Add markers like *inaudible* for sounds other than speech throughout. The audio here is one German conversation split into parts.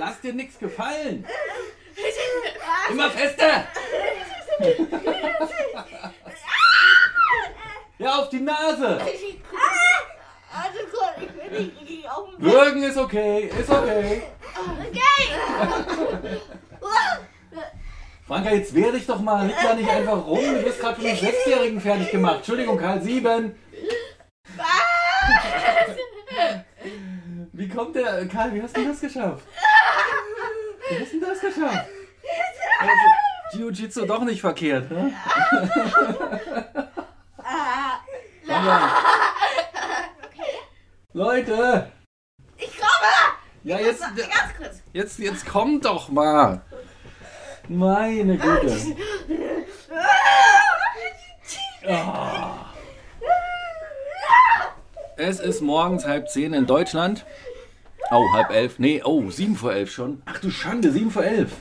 Hast dir nichts gefallen? Immer fester! Ja, auf die Nase! Also Gott, ich will nicht richtig auf dem Bett. Würgen ist okay, ist okay. Okay! Franka, jetzt wehr dich doch mal, lieg da nicht einfach rum. Du bist gerade von einem Sechsjährigen fertig gemacht. Entschuldigung, Karl Sieben. Wie kommt der, Karl, wie hast du das geschafft? Wie hast du das geschafft? Also, Jiu-Jitsu doch nicht verkehrt, ne? Ah, Franka. Leute! Ich komme! Ja, jetzt, So, Ganz kurz. jetzt, jetzt kommt doch mal! Meine Güte! Ah. Es ist morgens halb zehn in Deutschland. Oh, halb elf. Nee, oh, sieben vor elf schon. Ach du Schande, sieben vor elf.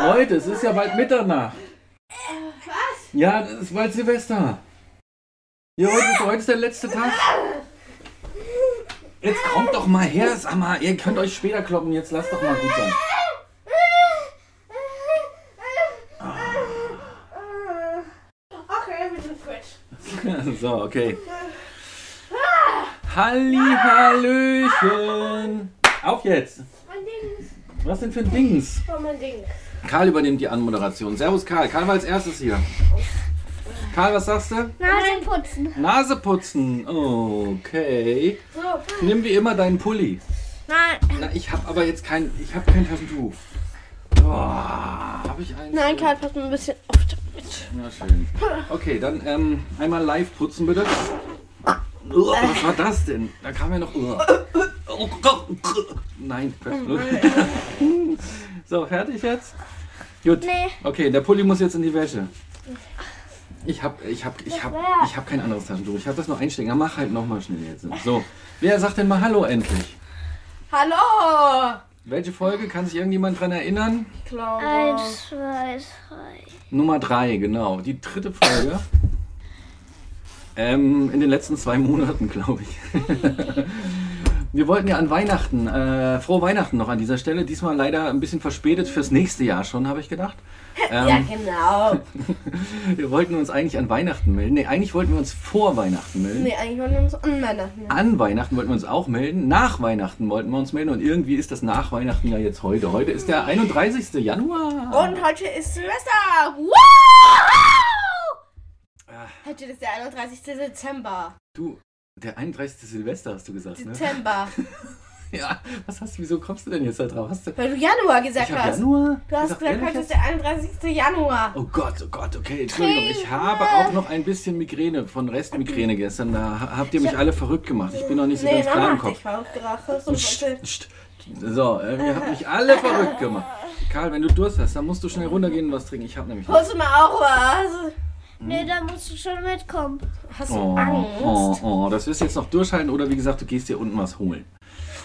Leute, es ist ja bald Mitternacht. Was? Ja, es ist bald Silvester. Ja, heute ist, heute ist der letzte Tag. Jetzt kommt doch mal her, sag mal, ihr könnt euch später kloppen, jetzt lasst doch mal gut sein. Okay, wir sind Quatsch. *laughs* So, okay. Halli, Hallöchen. Auf jetzt. Mein Ding. Was denn für ein Dings? Oh, mein Ding. Karl übernimmt die Anmoderation. Servus Karl. Karl war als erstes hier. Karl, was sagst du? Nase putzen. Nase putzen. Okay. So. Nimm wie immer deinen Pulli. Nein. Na, ich habe aber jetzt kein, ich habe kein Taschentuch. Boah, habe ich eins? Nein, Karl, pass mal ein bisschen auf. Na schön. Okay, dann ähm, einmal live putzen bitte. Uah, was war das denn? Da kam ja noch. uah. Oh Gott. Nein, Pfeffer. So, fertig jetzt? Gut. Nee. Okay, der Pulli muss jetzt in die Wäsche. Ich hab, ich hab, ich hab, ich hab kein anderes Taschentuch. Ich hab das nur einstecken. Ja, mach halt nochmal schnell jetzt. So, wer sagt denn mal Hallo endlich? Hallo! Welche Folge? Kann sich irgendjemand dran erinnern? Ich glaube. Eins, zwei, drei. Nummer 3, genau. Die dritte Folge. Ähm, in den letzten zwei Monaten, glaube ich. *laughs* Wir wollten ja an Weihnachten, äh, frohe Weihnachten noch an dieser Stelle. Diesmal leider ein bisschen verspätet fürs nächste Jahr schon, habe ich gedacht. Ja, Ähm, genau. wir wollten uns eigentlich an Weihnachten melden. Nee, eigentlich wollten wir uns vor Weihnachten melden. Nee, eigentlich wollen wir uns anmelden. An Weihnachten wollten wir uns auch melden. Nach Weihnachten wollten wir uns melden. Und irgendwie ist das nach Weihnachten ja jetzt heute. Heute ist der 31. Januar. Und heute ist Silvester. Wow! Ah. Heute ist der 31. Dezember. Du, der 31. Silvester hast du gesagt, ne? Dezember. *laughs* Ja, was hast du, wieso kommst du denn jetzt da drauf? Hast du, Weil du Januar gesagt ich hab hast. Januar? Du hast Sag gesagt, ehrlich heute ist jetzt? der 31. Januar. Oh Gott, oh Gott, okay, Entschuldigung. Ich habe auch noch ein bisschen Migräne, von *clears throat* Restmigräne gestern. Da ha- habt ihr mich alle verrückt gemacht. Ich bin noch nicht so ganz klar im Mama hat Kopf. dich verrückt gemacht. Das ist so Psst, schön. psst. So, äh, ihr habt mich alle verrückt gemacht. Karl, wenn du Durst hast, dann musst du schnell runtergehen und was trinken. Ich habe nämlich nichts. Holst du mal auch was? Nee, da musst du schon mitkommen. Hast du Oh, oh, Angst? oh, das wirst du jetzt noch durchhalten oder wie gesagt, du gehst hier unten was holen.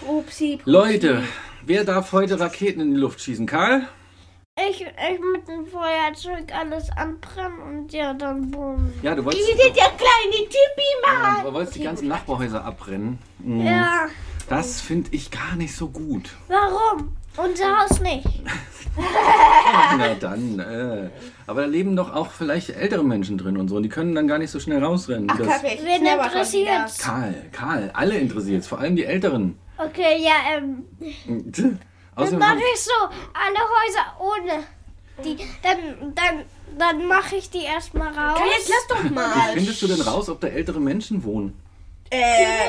Upsi. Leute, wer darf heute Raketen in die Luft schießen? Karl? Ich, ich mit dem Feuerzeug alles anbrennen und ja, dann boom. Ja, du wolltest, Wie sieht der kleine Tippi ja, mal? du wolltest die ganzen Nachbarhäuser abbrennen. Mhm. Ja, Das finde ich gar nicht so gut. warum? Unser Haus nicht. Ah, Na dann, äh. Aber da leben doch auch vielleicht ältere Menschen drin und so. Und die können dann gar nicht so schnell rausrennen. Ach, Das- Kaffee. ich Wen knabber schon interessiert's? Karl, Karl, alle interessiert es, vor allem die Älteren. Hm, Okay, ja, ähm, dann Außerdem mache haben, ich so alle Häuser ohne. Die, dann dann, dann mache ich die erstmal raus. wieder. Ja, Jetzt lass doch wie mal. findest du denn raus, ob da ältere Menschen wohnen? Äh,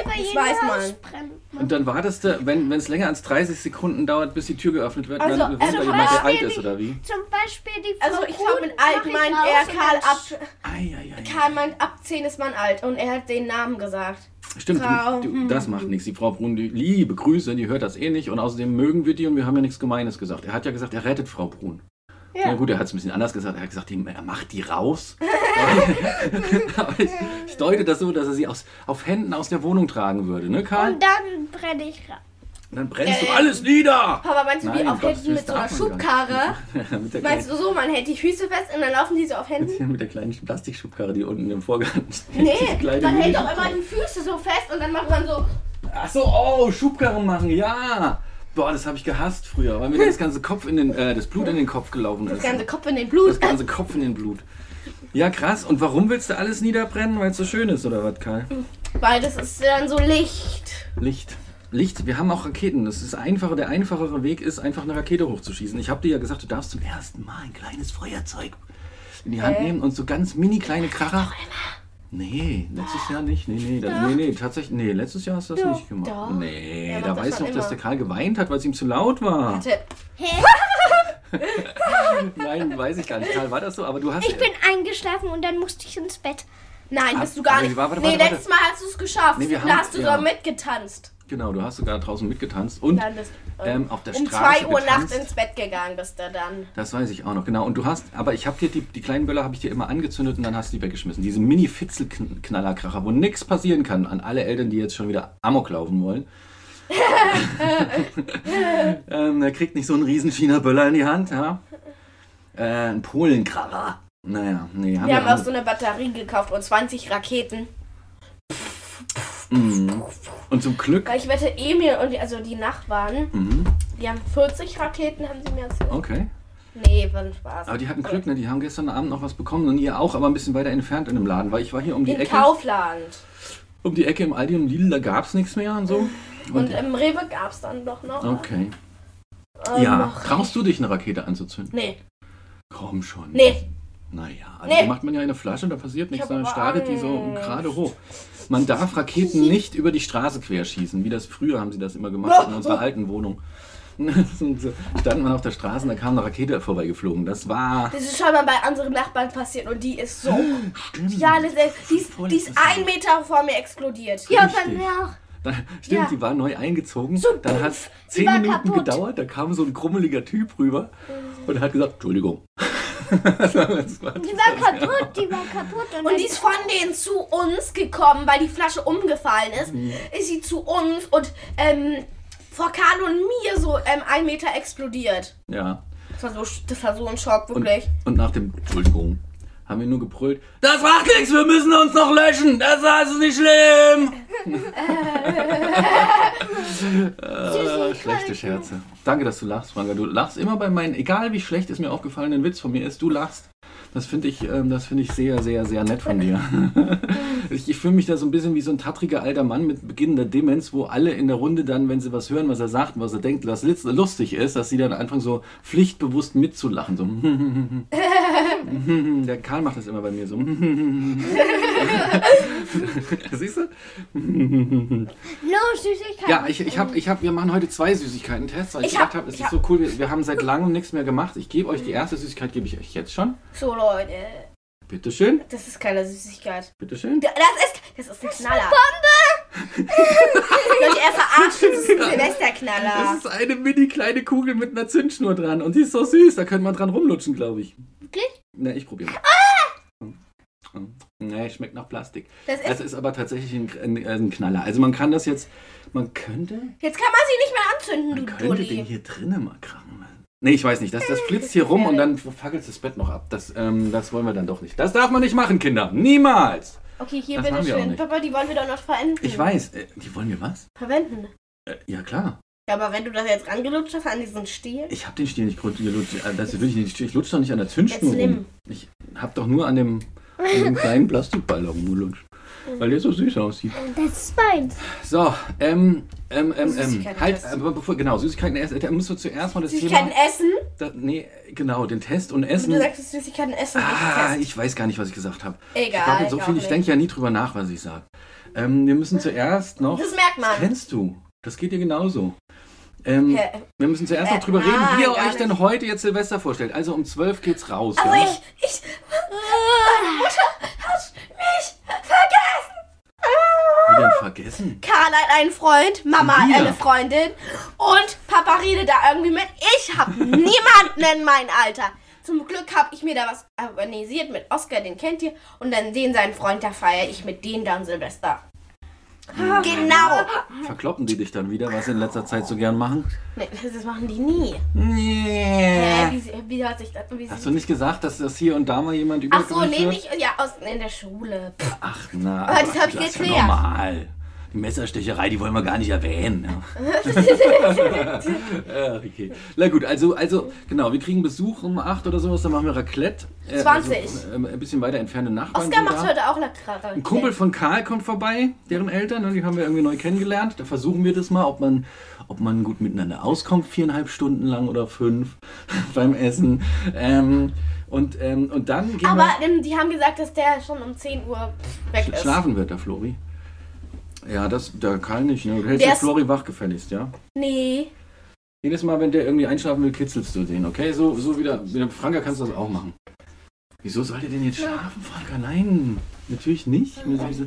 Über das jeden weiß Haus man. brennen. Und dann wartest du, wenn es länger als 30 Sekunden dauert, bis die Tür geöffnet wird, Also, dann wohnt also da jemand, der Beispiel alt ist, die- oder wie? Zum Beispiel die Also Frau ich glaube, Huhn mit alt mach ich meint raus er und Karl dann ab. Eieiei. Karl meint ab 10 ist man alt und er hat den Namen gesagt. Stimmt, Frau- hm. du, du, das macht nichts. Die Frau Brun, die liebe Grüße, die hört das eh nicht. Und außerdem mögen wir die und wir haben ja nichts Gemeines gesagt. Er hat ja gesagt, er rettet Frau Brun. Ja. Na gut, er hat es ein bisschen anders gesagt. Er hat gesagt, die, er macht die *laughs* raus. *laughs* Aber ich, ich deute das so, dass er sie aus, auf Händen aus der Wohnung tragen würde, ne, Karl? Und dann brenne ich raus. Dann brennst Äh, du alles nieder! *laughs* Papa, meinst du, wie Nein, um auf Gottes Händen mit so Willen, einer darf man Schubkarre? mit, der Meinst kleinen, du so, man hält die Füße fest und dann laufen die so *laughs* auf Händen? mit der kleinen Plastikschubkarre, die unten im Vorgarten steht. Nee, Die kleine man hält Mini- doch immer die Füße so fest und dann macht man so. Ach so, oh, Schubkarren machen, ja. Boah, das habe ich gehasst früher, weil mir *laughs* das ganze Kopf in den, äh, das Blut in den Kopf gelaufen Das ist. ganze Kopf in den Blut. Das ganze Kopf in den Blut. Ja, krass. Und warum willst du alles niederbrennen? Weil es so schön ist, oder was, Karl? Weil das ist dann so Licht. Licht. Licht, wir haben auch Raketen. Das ist einfacher. Der einfachere Weg ist, einfach eine Rakete hochzuschießen. Ich habe dir ja gesagt, du darfst zum ersten Mal ein kleines Feuerzeug in die Äh? Hand nehmen und so ganz mini kleine Kracher. Nee, letztes Jahr nicht. Nee, nee, da, nee, nee, tatsächlich. Nee, letztes Jahr hast du das nicht gemacht. doch. Nee, Er macht da das weißt du schon noch, dass immer. der Karl geweint hat, weil es ihm zu laut war. *laughs* Warte. Nein, weiß ich gar nicht. Karl, war das so? Aber du hast. Ich bin eingeschlafen und dann musste ich ins Bett. Nein, Ah, bist du gar warte, nicht. warte, nee, warte, warte. letztes Mal hast du es geschafft. Nee, wir haben- da hast du ja. sogar mitgetanzt. Genau, du hast sogar draußen mitgetanzt. Und Dann bist ähm, auf der um Straße 2 Uhr getanzt. nachts ins Bett gegangen bist du dann. Das weiß ich auch noch, genau. Und du hast, aber ich habe dir die, die kleinen Böller habe ich dir immer angezündet und dann hast du die weggeschmissen. Diese Mini-Fitzelknallerkracher, wo nichts passieren kann an alle Eltern, die jetzt schon wieder Amok laufen *laughs* wollen. ähm, er kriegt nicht so einen riesen China-Böller in die Hand, ja? Äh, ein Polenkracher. Naja, nee, haben Wir wir, haben auch auch- so eine Batterie gekauft und 20 Raketen. Mhm. Und zum Glück. Weil ich wette, Emil und die, also die Nachbarn, Mhm. die haben 40 Raketen, haben sie mir erzählt. Okay. Nee, war ein Spaß. Aber die hatten Glück, ne? Die haben gestern Abend noch was bekommen und ihr auch, aber ein bisschen weiter entfernt in dem Laden, weil ich war hier um die In Ecke. Kaufland. Um die Ecke im Aldi und Lidl, da gab's nichts mehr und *laughs* so. Und im Rewe gab es dann doch noch. Okay. ähm, Ja, noch- traust du dich, eine Rakete anzuzünden? Nee, Komm schon. nee. Naja, also Nee. macht man ja eine Flasche, da passiert nichts, hab sondern aber startet die so Angst. gerade hoch. Man darf *laughs* Raketen nicht über die Straße querschießen, wie das früher haben sie das immer gemacht in *laughs* unserer alten Wohnung. *laughs* Und so Stand man auf der Straße und da kam eine Rakete vorbeigeflogen. Das war. Das ist schon mal bei unseren Nachbarn passiert und die ist so. *gasps* Stimmt. Ja, das ist, die ist, Voll die ist interessant. ein Meter vor mir explodiert. Ja, Richtig. bei mir auch. Da, stimmt, Ja. die war neu eingezogen. So dann hat doof. Die zehn war Minuten kaputt. gedauert, da kam so ein krummeliger Typ rüber Mhm. und hat gesagt, Entschuldigung. *laughs* das war Die war kaputt, die war kaputt. Und, Und die ist von denen zu uns gekommen, weil die Flasche umgefallen ist. Mhm. Ist sie zu uns und ähm, vor Karl und mir so ähm, ein Meter explodiert. ja. Das war so, sch- das war so ein Schock, Und, wirklich. und nach dem Entschuldigung haben wir nur gebrüllt, das macht nichts, wir müssen uns noch löschen, das war es nicht schlimm. äh, schlechte Scherze. Danke, dass du lachst, Franka. Du lachst immer bei meinen, egal wie schlecht es mir aufgefallen ein Witz von mir ist, du lachst. Das finde ich, ähm, das finde ich sehr, sehr, sehr nett von dir. ich ich fühle mich da so ein bisschen wie so ein tattriger alter Mann mit beginnender Demenz, wo alle in der Runde dann, wenn sie was hören, was er sagt und was er denkt, was litz- lustig ist, dass sie dann anfangen so pflichtbewusst mitzulachen. So. hm, Der Karl macht das immer bei *laughs* mir so. Siehst du? no, Süßigkeit. Ja, ich, ich habe, ich hab, wir machen heute zwei Süßigkeiten-Tests, weil ich, Ich hab- gedacht habe, es ich ist hab- so cool, wir, wir haben seit langem nichts mehr gemacht. Ich gebe euch die erste Süßigkeit, gebe ich euch jetzt schon. So, Leute, Bitteschön, das ist keine Süßigkeit. bitteschen. Da- Das ist, das ist ein Knaller. Soll ich erst verarschen? Das *laughs* ist ein Das Silvesterknaller. ist eine mini kleine Kugel mit einer Zündschnur dran und die ist so süß, da könnte man dran rumlutschen, glaube ich. Wirklich? Na, ich probiere mal. Hm. Nee, schmeckt nach Plastik. Das ist, Das ist aber tatsächlich ein, ein, ein Knaller. Also man kann das jetzt, man könnte, jetzt kann man sie nicht mehr anzünden, Man du könnte den Dulli. hier drinnen mal krachen lassen. Nee, ich weiß nicht. Das, das flitzt hier rum und dann fackelt das Bett noch ab. Das, ähm, das wollen wir dann doch nicht. Das darf man nicht machen, Kinder. Niemals. Okay, hier, Das haben wir auch bitteschön. nicht. Papa, die wollen wir doch noch verenden. Ich weiß. Äh, die wollen mir was? Verwenden. Äh, ja, klar. Ja, aber wenn du das jetzt angelutscht hast an diesen Stiel. Ich hab den Stiel nicht grund- gelutscht. Äh, Das will ich nicht. Ich lutsch doch nicht an der Zündschnur Jetzt nimm. rum. Ich hab doch nur an dem, an *laughs* dem kleinen Plastikballon gelutscht. Weil der so süß aussieht. Das ist meins. So, ähm, ähm, ähm, ähm. Süßigkeiten Halt, essen. aber bevor, genau, Süßigkeiten essen. Da müssen wir zuerst mal das Süßigkeiten Thema. essen? Da, nee, genau, den Test und Essen. Du sagst Süßigkeiten essen. Ah, nicht Test. ich weiß gar nicht, was ich gesagt habe. Egal, Ich, babbel so ich viel, auch ich denke ja nie drüber nach, was ich sage. Ähm, wir müssen zuerst noch. Das merkt man. Das kennst du. Das geht dir genauso. Ähm, Hä? wir müssen zuerst noch drüber Äh, reden, wie nein, ihr euch gar denn nicht. heute jetzt Silvester vorstellt. Also um 12 geht's raus. Aber ja? Also ich, ich. Meine Mutter hat mich vergessen. Wie denn vergessen? Karl hat einen Freund, Mama Schon hat wieder? eine Freundin und Papa redet da irgendwie mit. Ich *laughs* habe niemanden in meinem Alter. Zum Glück habe ich mir da was organisiert mit Oscar, den kennt ihr. Und dann den, seinen Freund, da feiere ich mit denen dann Silvester. Ah. Genau. Verkloppen die dich dann wieder, was sie in letzter Zeit so gern machen? Nee, das machen die nie. Äh, Nee. wie, wie hört sich das? Wie Hast du nicht gesagt, dass das hier und da mal jemand über Ach so, nee, nicht ja, aus, in der Schule. Pff, Ach na. Aber das hab ich das ist geklärt. ja normal. Messerstecherei, die wollen wir gar nicht erwähnen. Ja. *laughs* *laughs* ja, okay. Na gut, also, also genau, wir kriegen Besuch um 8 oder sowas, dann machen wir Raclette. Äh, 20. Also, ähm, ein bisschen weiter entfernte Nachbarn. Oskar sind macht da. heute auch Lakrara. Ein Kumpel von Karl kommt vorbei, deren Eltern, ne, die haben wir irgendwie neu kennengelernt. Da versuchen wir das mal, ob man, ob man gut miteinander auskommt, viereinhalb Stunden lang oder fünf *laughs* beim Essen. Ähm, und, ähm, und dann gehen Aber ähm, die haben gesagt, dass der schon um 10 Uhr weg wir ist. schlafen wird, der Flori. Ja, das, der Karl nicht. Ne? Du hältst Der den ist- Flori wach gefälligst, ja? Nee. Jedes Mal, wenn der irgendwie einschlafen will, kitzelst du den, okay? So, so wieder. Mit dem Franka kannst du das auch machen. Wieso soll der denn jetzt schlafen, Franka? Nein, natürlich nicht. Mir so- so-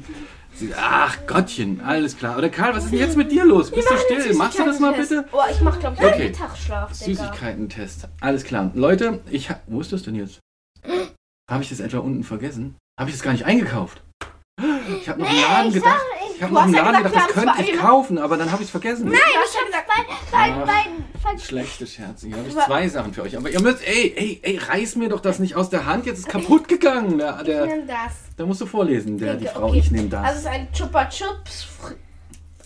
sie- Ach Gottchen, alles klar. Oder Karl, was ist denn jetzt mit dir los? Bist du still? Machst du das mal bitte? Oh, ich mach, glaube ich, Okay. einen Mittagsschlaf, Digga. Süßigkeiten-Test. Alles klar. Leute, ich. ha- Wo ist das denn *gasps* jetzt? Habe ich das etwa unten vergessen? Habe ich das gar nicht eingekauft? Ich habe noch einen Laden gedacht. Ich habe Du noch einen hast ja Laden gesagt, gedacht, das wir haben könnte ich zwei- kaufen, aber dann habe ich es vergessen. Nein, ich hab gesagt, Ach. Weil, weil, weil, Schlechte Scherze. Hier habe ich Aber- zwei Sachen für euch. Aber ihr müsst, ey, ey, ey, reiß mir doch das nicht aus der Hand. Jetzt ist kaputt gegangen. Der, ich der, nimm das. da musst du vorlesen, der, die Denke, Frau. okay. Ich nehme Also es das. ist ein Chupa Chups Fr-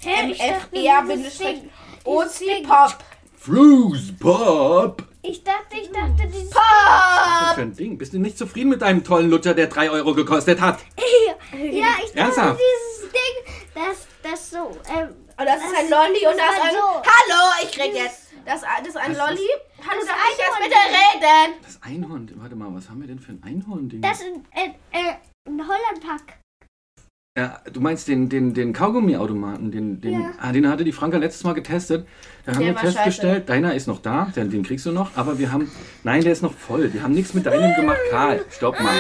Hä, ich dachte, E dieses Ding- dieses MFR-OC Ding. Oh, Pop. Fruits Pop. ich dachte, ich dachte, Was ist dieses das für Äh. ein Ding? Bist du nicht zufrieden mit deinem tollen Lutscher, der 3 Euro gekostet hat? Ja, ich Ernsthaft? dachte, dieses Ding, das, das so, ähm, Und Oh, das ist ein Lolli und das Hm. ist war ein... so. Hallo, ich rede jetzt. Das, das ist ein Das Hm. Lolli. Hallo, das darf ich jetzt Einhorn- bitte reden? Das Einhorn. Warte mal, was haben wir denn für ein Einhorn-Ding? das ist ein, äh, ein Hollandpack. Ja, du meinst den, den, den Kaugummi-Automaten, den, den, Ja. ah, den hatte die Franka letztes Mal getestet. Da haben Der wir war festgestellt, deiner ist noch da, den, den kriegst du noch, aber wir haben, nein, der ist noch voll. Wir haben nichts mit deinem gemacht. Karl, stopp mal.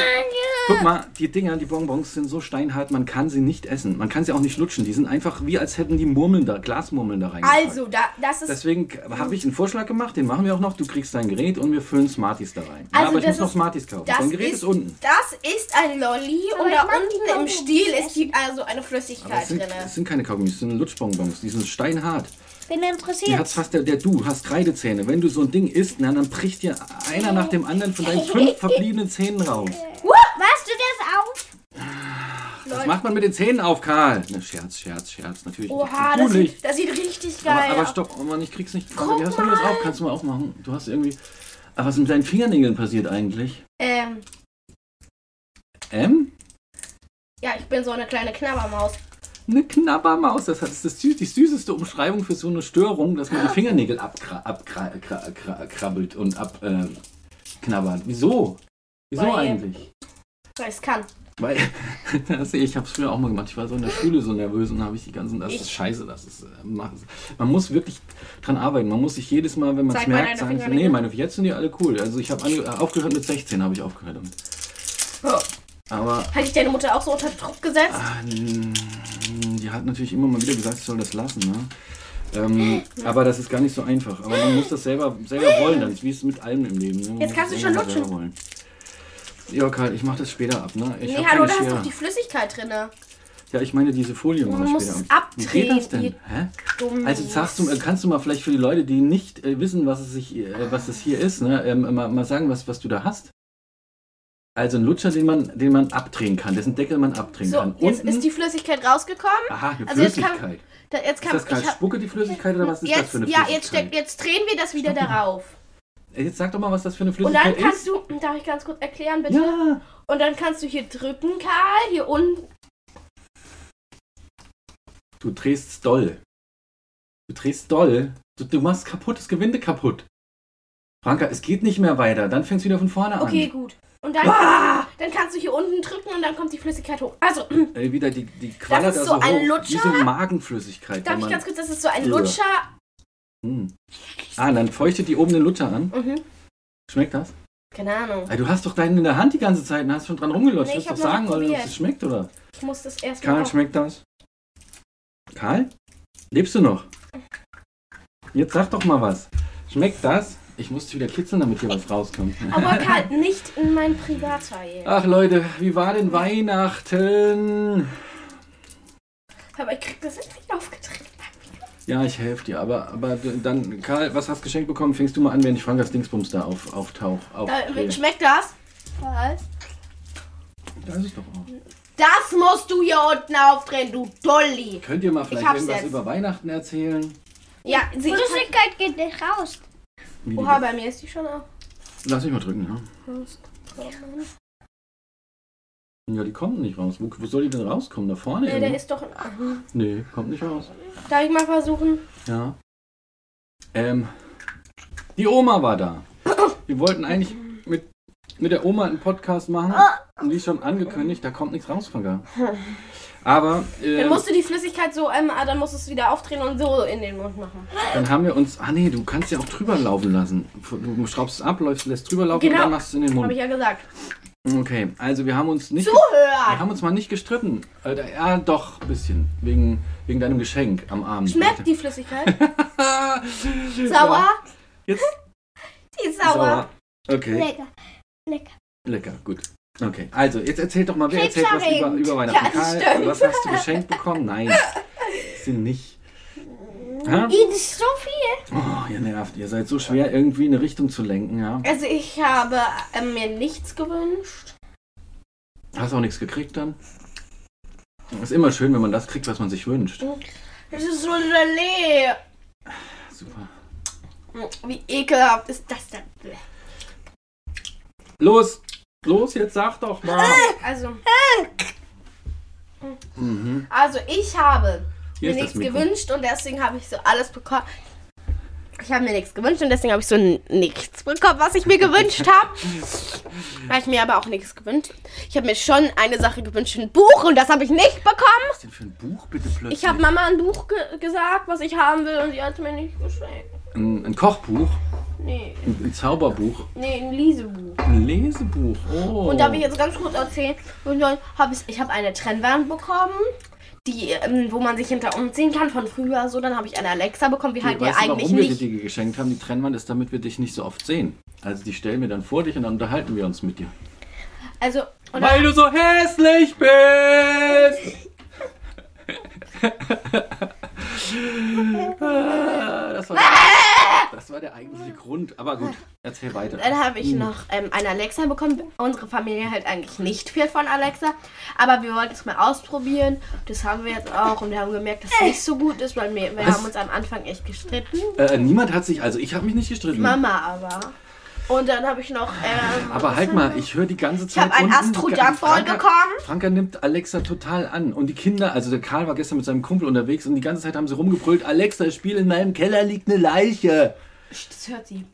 Guck mal, die Dinger, die Bonbons sind so steinhart, man kann sie nicht essen. Man kann sie auch nicht lutschen. Die sind einfach wie, als hätten die Murmeln da, Glasmurmeln da reingepackt. Also, da, das ist... Deswegen habe ich einen Vorschlag gemacht, den machen wir auch noch. Du kriegst dein Gerät und wir füllen Smarties da rein. ja, Also aber ich das muss noch ist- Smarties kaufen. Dein Gerät ist, unten. Das ist ein Lolli Aber und ich da mag unten die im Bonbons Stiel nicht ist die, also eine Aber es Flüssigkeit sind, drin. es sind keine Kaugummis, es sind Lutschbonbons. Die sind steinhart. Bin Die interessiert. hat's fast, der, der du hast Kreidezähne. Wenn du so ein Ding isst, na, dann bricht dir einer nach dem anderen von deinen fünf verbliebenen Zähnen raus. Warst du das auf? Was macht man mit den Zähnen auf, Karl? Na, Scherz, Scherz, Scherz. Natürlich. Oha, du das nicht. sieht, das sieht richtig geil Aber, aber aus. stopp, oh Mann, ich krieg's nicht. Guck Wie hast du das mal. auf? Kannst du mal aufmachen? Du hast irgendwie. Aber was mit deinen Fingernägeln passiert eigentlich? Ähm, Ähm? ja, ich bin so eine kleine Knabbermaus. Eine Knabbermaus. Das ist das, sü- die süßeste Umschreibung für so eine Störung, dass man die Fingernägel abkra abkra kra kra krabbelt und abknabbert. knabbert. Wieso? Wieso Weil- eigentlich? Weil ich es kann. *laughs* Weil, das, ich habe es früher auch mal gemacht. Ich war so in der Schule so nervös und habe ich die ganzen, das ist Ich- scheiße, das ist, äh, mach es. man muss wirklich dran arbeiten. Man muss sich jedes Mal, wenn man es Zeig mal merkt, deine sagen, so, Fingernägel. nee, meine, jetzt sind die alle cool. Also ich habe ange- äh, aufgehört mit 16, habe ich aufgehört damit. Oh. Aber Hatte ich deine Mutter auch so unter Druck gesetzt? ähm, die hat natürlich immer mal wieder gesagt, ich soll das lassen, ne? Ähm, aber das ist gar nicht so einfach. Aber man muss das selber, selber wollen, dann wie es mit allem im Leben. Ne? Man Jetzt muss kannst du das schon selber lutschen. wollen. Ja, Karl, ich mach das später ab, ne? Ich nee, hab hallo, keine da hast Schere. doch die Flüssigkeit drin. Ja, ich meine diese Folie machen wir Man später. muss ab. es Wie geht das denn? abdrehen, Hä? Dummies. Also sagst du, kannst du mal vielleicht für die Leute, die nicht äh, wissen, was es, sich, äh, was es hier ist, ne, ähm, mal, mal sagen, was, was du da hast? Also ein Lutscher, den man, den man abdrehen kann, dessen Deckel man abdrehen So, kann. jetzt Unten, ist die Flüssigkeit rausgekommen. aha, eine also jetzt kann- Flüssigkeit. Da, jetzt ist kann das gerade ich hab- Spucke, die Flüssigkeit, oder was ist das jetzt, für eine ja, Flüssigkeit? jetzt, steck, jetzt drehen wir das wieder Stopp. darauf. Jetzt sag doch mal, was das für eine Und dann Flüssigkeit kannst du, darf ich ganz kurz erklären, ist. bitte? Ja, Und dann kannst du hier drücken, Karl, hier unten. du drehst's doll. Du drehst doll. Du, du machst kaputt, das Gewinde kaputt. Franka, es geht nicht mehr weiter. Dann fängst du wieder von vorne an. Okay, gut. Und dann, Ah! dann kannst du hier unten drücken und dann kommt die Flüssigkeit hoch. Also, *clears throat* Äh, wieder die, die Qualle Das ist da so ein hoch, Lutscher. Wie so Magenflüssigkeit. darf wenn ich man- ganz kurz, das ist so ein Ja. Lutscher. Hm. Ah, dann feuchtet die oben den Lutscher an. Mhm. Schmeckt das? Keine Ahnung. Ey, du hast doch deinen in der Hand die ganze Zeit und hast schon dran rumgelutscht. Nee, Nee, ich Willst doch hab noch sagen, nicht ob probiert. es schmeckt, oder? Ich muss das erstmal. Karl, auf- schmeckt das? Karl? Lebst du noch? Jetzt sag doch mal was. Schmeckt das? Ich musste wieder kitzeln, damit hier was rauskommt. Aber Karl, nicht in mein Privatteil. Ach Leute, wie war denn Weihnachten? Aber ich krieg das nicht aufgetrieben. Ja, ich helfe dir, aber, aber dann, Karl, was hast du geschenkt bekommen? Fängst du mal an, wenn ich Frankas Dingsbums da auf, auftauch. Auf, Äh, schmeckt das? Karl? da ist es doch auch. Das musst du hier unten aufdrehen, du Dolly. Könnt ihr mal vielleicht hab's irgendwas jetzt. über Weihnachten erzählen? Ja, sie Flüssigkeit geht nicht raus. Wie die- Oha, bei mir ist die schon auf. Lass mich mal drücken, ja. Ja, die kommen nicht raus. Wo, wo soll die denn rauskommen? Da vorne? Nee, der irgendwo? ist doch in A. nee kommt nicht raus. Darf ich mal versuchen? Ja. Ähm, die Oma war da. Wir wollten eigentlich mit, mit der Oma einen Podcast machen. Und wie schon angekündigt, da kommt nichts raus von da. Aber äh, Dann musst du die Flüssigkeit so, ähm, ah, dann musst du es wieder aufdrehen und so in den Mund machen. dann haben wir uns. Ah nee, du kannst ja auch drüber laufen lassen. Du schraubst es ab, läufst, lässt drüber laufen und Genau. dann machst du es in den Habe ich Mund. ja gesagt. Okay, also wir haben uns nicht. Wir Zuhören! haben uns mal nicht gestritten. Äh, da- ja, doch, ein bisschen. Wegen, wegen deinem Geschenk am Abend. *laughs* Schmeckt die Flüssigkeit? Ja. Sauer? Jetzt *laughs* Die ist sauer. sauer. Okay. Lecker. Lecker. Lecker, gut. Okay, also jetzt erzähl doch mal, wer erzählt was über, Krebserregend. über Weihnachten? Ja, das Karl, stimmt. was hast du geschenkt bekommen? *laughs* Nein, sie nicht. Ha? Ihnen ist so viel. Oh, ihr nervt, ihr seid so schwer, irgendwie in eine Richtung zu lenken, ja. Also ich habe ähm, mir nichts gewünscht. Hast auch nichts gekriegt dann? Ist immer schön, wenn man das kriegt, was man sich wünscht. Das ist so Gelee. Super. Wie ekelhaft ist das denn? Los! Los, jetzt sag doch mal! *laughs* Also, Mhm. also ich habe Hier mir ist nichts das Mikro. gewünscht und deswegen habe ich so alles bekommen. Ich habe mir nichts gewünscht und deswegen habe ich so n- nichts bekommen, was ich *laughs* mir gewünscht habe. Habe ich mir aber auch nichts gewünscht. Ich habe mir schon eine Sache gewünscht, ein Buch und das habe ich nicht bekommen. Was denn für ein Buch bitte plötzlich? Ich habe Mama ein Buch ge gesagt, was ich haben will und sie hat es mir nicht geschenkt. ein, ein Kochbuch, Nee, ein, ein Zauberbuch, nee, ein Lesebuch. ein Lesebuch. Oh. Und darf ich jetzt ganz kurz erzählen? Und dann habe ich, ich habe eine Trennwand bekommen, die, ähm, wo man sich hinter umziehen kann von früher so. Dann habe ich eine Alexa bekommen, wie halt wir weißt du, eigentlich warum wir dir nicht. die geschenkt haben? Die Trennwand ist, damit wir dich nicht so oft sehen. Also die stellen wir dann vor dich und dann unterhalten wir uns mit dir. Also und Weil dann, du so hässlich bist! Ah, das, war *laughs* das war der eigentliche Grund. Aber gut, erzähl weiter. dann habe Hm. ich noch ähm, eine Alexa bekommen. Unsere Familie hält eigentlich nicht viel von Alexa, aber wir wollten es mal ausprobieren. Das haben wir jetzt auch und wir haben gemerkt, dass es nicht so gut ist, weil wir, wir Was? haben uns am Anfang echt gestritten. Äh, niemand hat sich, also ich habe mich nicht gestritten. Mama aber. Und dann habe ich noch. Ähm, Aber halt mal, ich höre die ganze Zeit. hab einen unten, Astro die- Jump Ball Franka- bekommen. Franka nimmt Alexa total an. Und die Kinder, also der Karl war gestern mit seinem Kumpel unterwegs und die ganze Zeit haben sie rumgebrüllt: Alexa, spiel in meinem Keller liegt eine Leiche. das hört sie.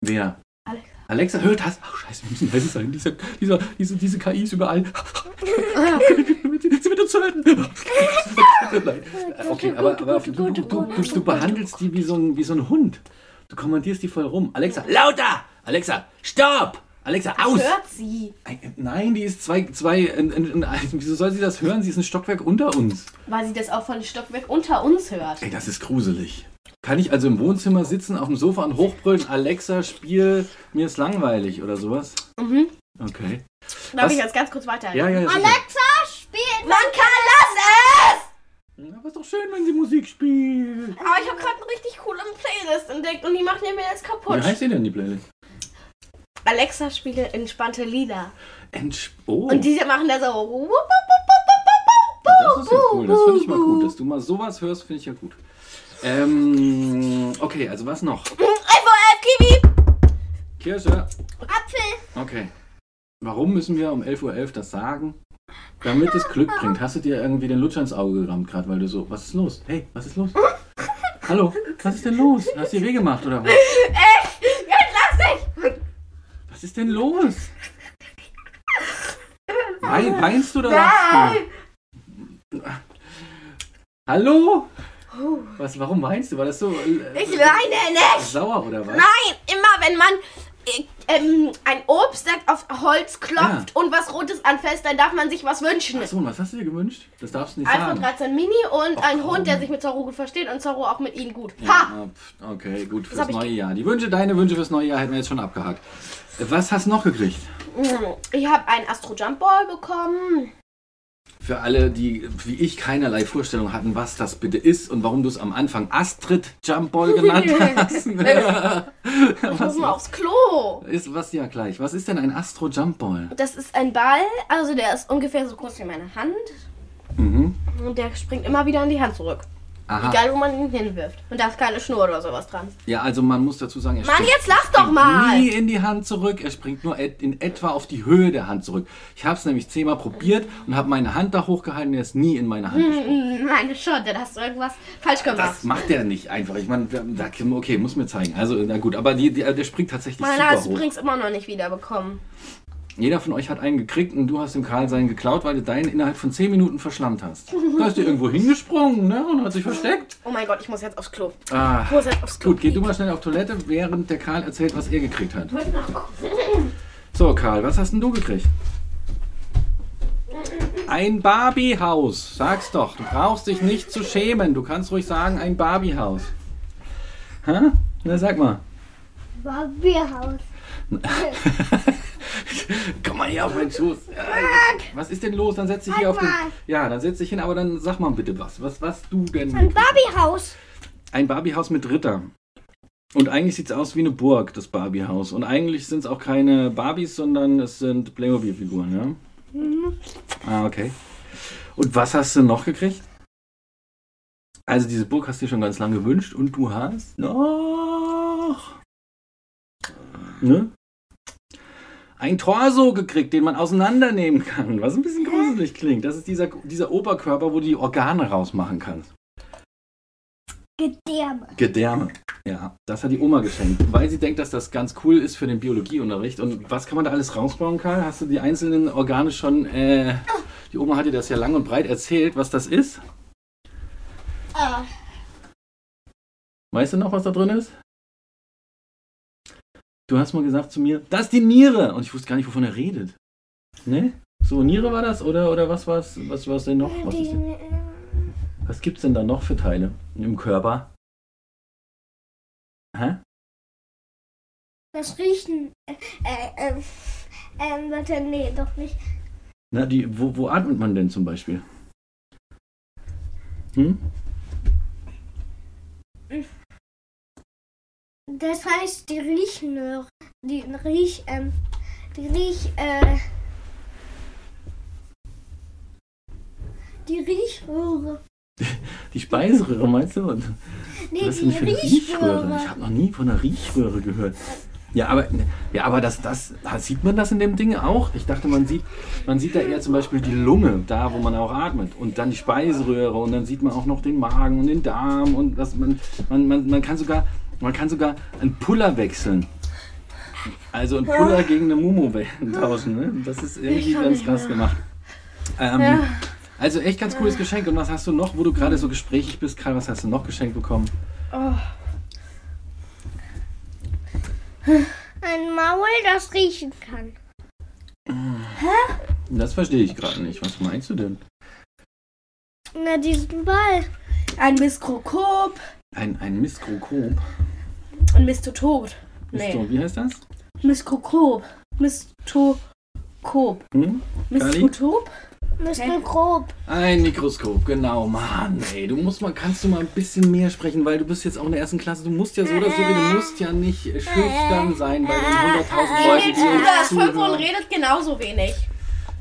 Wer? Alexa. Alexa hört das. Ach, Scheiße, wir müssen leise sein. Dieser, dieser, diese, diese KI ist überall. Sie wird uns hören. Nein. Okay, aber, aber du, du, du, du behandelst die wie so, ein, wie so ein Hund. Du kommandierst die voll rum. Alexa, lauter! Alexa, stopp! Alexa, aus! Hört sie. Ein- Nein, die ist zwei, zwei, in, in, *laughs* in, wieso soll sie das hören? Sie ist ein Stockwerk unter uns. Weil sie das auch von Stockwerk unter uns hört. Ey, das ist gruselig. Kann ich also im Wohnzimmer sitzen, auf dem Sofa und hochbrüllen, Alexa, spiel, mir ist langweilig oder sowas? Mhm. Okay. Darf Was? ich jetzt ganz kurz weiter? Ja, ja, ja. sicher. Alexa, spiel. Man kann Ja, Aber ist doch schön, wenn sie Musik spielt. das es! Aber ich habe gerade einen richtig coolen Playlist entdeckt und die machen mir jetzt Wie kaputt. heißt sie denn, die Playlist? Alexa spielt entspannte Lieder. Entsch oh, Und diese machen da so. wup, wup, wup, das wup, wup, ist ja wup, cool. Das finde ich mal wup, gut, wup. dass du mal sowas hörst, finde ich ja gut. Ähm, okay, also was noch? iPhone 11 Kiwi! Kirsche, Apfel. Okay. Warum müssen wir um 11.11 Uhr das sagen? Damit es Glück bringt. Hast du dir irgendwie den Lutscher ins Auge gerammt gerade, weil du so, was ist los? Hey, was ist los? Hallo, was ist denn los? Hast du dir weh gemacht oder was? Jetzt lass dich! Was ist denn los? Wei- Weinst du oder lachst Nein! du? Hallo? Was, warum weinst du? War das so äh, Ich weine nicht! sauer oder was? Nein! Immer wenn man äh, ähm, ein Obst auf Holz klopft und was Rotes anfasst, dann darf man sich was wünschen. Achso, und was hast du dir gewünscht? Das darfst du nicht iPhone sagen. 13 Mini und ein Oh, komm. Hund, der sich mit Zorro gut versteht und Zorro auch mit ihnen gut. Ha! Ja, pf, okay, gut, fürs hab ich neue Jahr. Die Wünsche, deine Wünsche fürs neue Jahr hätten wir jetzt schon abgehakt. Was hast du noch gekriegt? Ich habe einen Astro Jump Ball bekommen. für alle, die wie ich keinerlei Vorstellung hatten, was das bitte ist und warum du es am Anfang Astrid Jumpball *laughs* genannt hast. Ich muss mal aufs Klo. ist was ja gleich. Was ist denn ein Astro Jumpball? Das ist ein Ball, also der ist ungefähr so groß wie meine Hand. Mhm. Und der springt immer wieder in die Hand zurück. Aha. Egal, wo man ihn hinwirft. Und da ist keine Schnur oder sowas dran. Ja, also man muss dazu sagen, er Mann, springt- jetzt lach doch springt mal! nie in die Hand zurück. Er springt nur et in etwa auf die Höhe der Hand zurück. Ich habe es nämlich zehnmal probiert und habe meine Hand da hochgehalten. Er ist nie in meine Hand Hm. gesprungen. Meine Schotte, da hast du irgendwas falsch gemacht. Das macht er nicht einfach. Ich meine, da- okay, muss mir zeigen. Also, na gut, aber die, die, der springt tatsächlich Meine super hast du hoch. übrigens immer noch nicht wiederbekommen. Jeder von euch hat einen gekriegt und du hast dem Karl seinen geklaut, weil du deinen innerhalb von 10 Minuten verschlammt hast. Da ist er irgendwo hingesprungen ne, und hat sich versteckt. Oh mein Gott, ich muss jetzt aufs Klo. Ah. Ich muss jetzt aufs Klo. Gut, geh du mal schnell auf Toilette, während der Karl erzählt, was er gekriegt hat. Wollte nachgucken. So, Karl, was hast denn du gekriegt? Ein Barbiehaus. Sag's doch. Du brauchst dich nicht zu schämen. Du kannst ruhig sagen, ein Barbiehaus. Hä? Na, sag mal. Barbiehaus. Komm mal hier auf meinen Schoß. Ja, also, Was ist denn los? Dann setz dich hier auf den. Einmal. Ja, dann setz dich hin, aber dann sag mal bitte was. Was, was du denn. Ein Barbiehaus. Ein Barbiehaus mit Ritter. Und eigentlich sieht's aus wie eine Burg, das Barbiehaus. Und eigentlich sind's auch keine Barbies, sondern es sind Playmobil-Figuren, ja? Hm. Ah, okay. Und was hast du noch gekriegt? Also diese Burg hast du dir schon ganz lange gewünscht und du hast noch... Ne? Ein Torso gekriegt, den man auseinandernehmen kann, was ein bisschen gruselig klingt. Das ist dieser, dieser Oberkörper, wo du die Organe rausmachen kannst. Gedärme. Gedärme. Ja, das hat die Oma geschenkt, weil sie denkt, dass das ganz cool ist für den Biologieunterricht. Und was kann man da alles rausbauen, Karl? Hast du die einzelnen Organe schon? Äh, die Oma hat dir das ja lang und breit erzählt, was das ist. Ah. Weißt du noch, was da drin ist? Du hast mal gesagt zu mir, das ist die Niere. Und ich wusste gar nicht, wovon er redet. Ne? So, Niere war das? Oder, oder was war es was war's denn noch? Was, ist denn, was gibt's denn da noch für Teile im Körper? Hä? Das Riechen. Äh, äh, äh, ähm, warte, nee, doch nicht. Na, die, wo, wo atmet man denn zum Beispiel? Hm? Das heißt, die Riechnöhre. Die Riech, ähm, die Riech, äh, die Riechröhre. Die Speiseröhre, meinst du? Und Nee, ist die Ich Riechröhre. habe noch nie von einer Riechröhre gehört. Ja, aber, ja, aber das, das, sieht man das in dem Ding auch? Ich dachte, man sieht, man sieht da eher zum Beispiel die Lunge, da wo man auch atmet. Und dann die Speiseröhre und dann sieht man auch noch den Magen und den Darm und das, man, man, man, man kann sogar, man kann sogar einen Puller wechseln. Also einen Puller gegen eine Mumu we- tauschen. Ne? Das ist irgendwie ganz krass gemacht. Ähm, Also echt ganz cooles Geschenk. Und was hast du noch, wo du Hm. gerade so gesprächig bist, Karl, was hast du noch geschenkt bekommen? Ein Maul, das riechen kann. Das verstehe ich gerade nicht. Was meinst du denn? Na, diesen Ball. Ein Mikroskop Ein, ein Mikroskop. und Mistotod. Ist Nee, so, wie heißt das? Mikroskop. Mistokop. Hm? Kali? Mistotop? Mr. Grob. Ein Mikroskop, genau. Mann, ey, du musst mal, kannst du mal ein bisschen mehr sprechen, weil du bist jetzt auch in der ersten Klasse. Du musst ja so oder so, du musst ja nicht schüchtern sein bei den 100.000 Leuten, die Bruder, uns das Vollkorn zuhören. redet genauso wenig.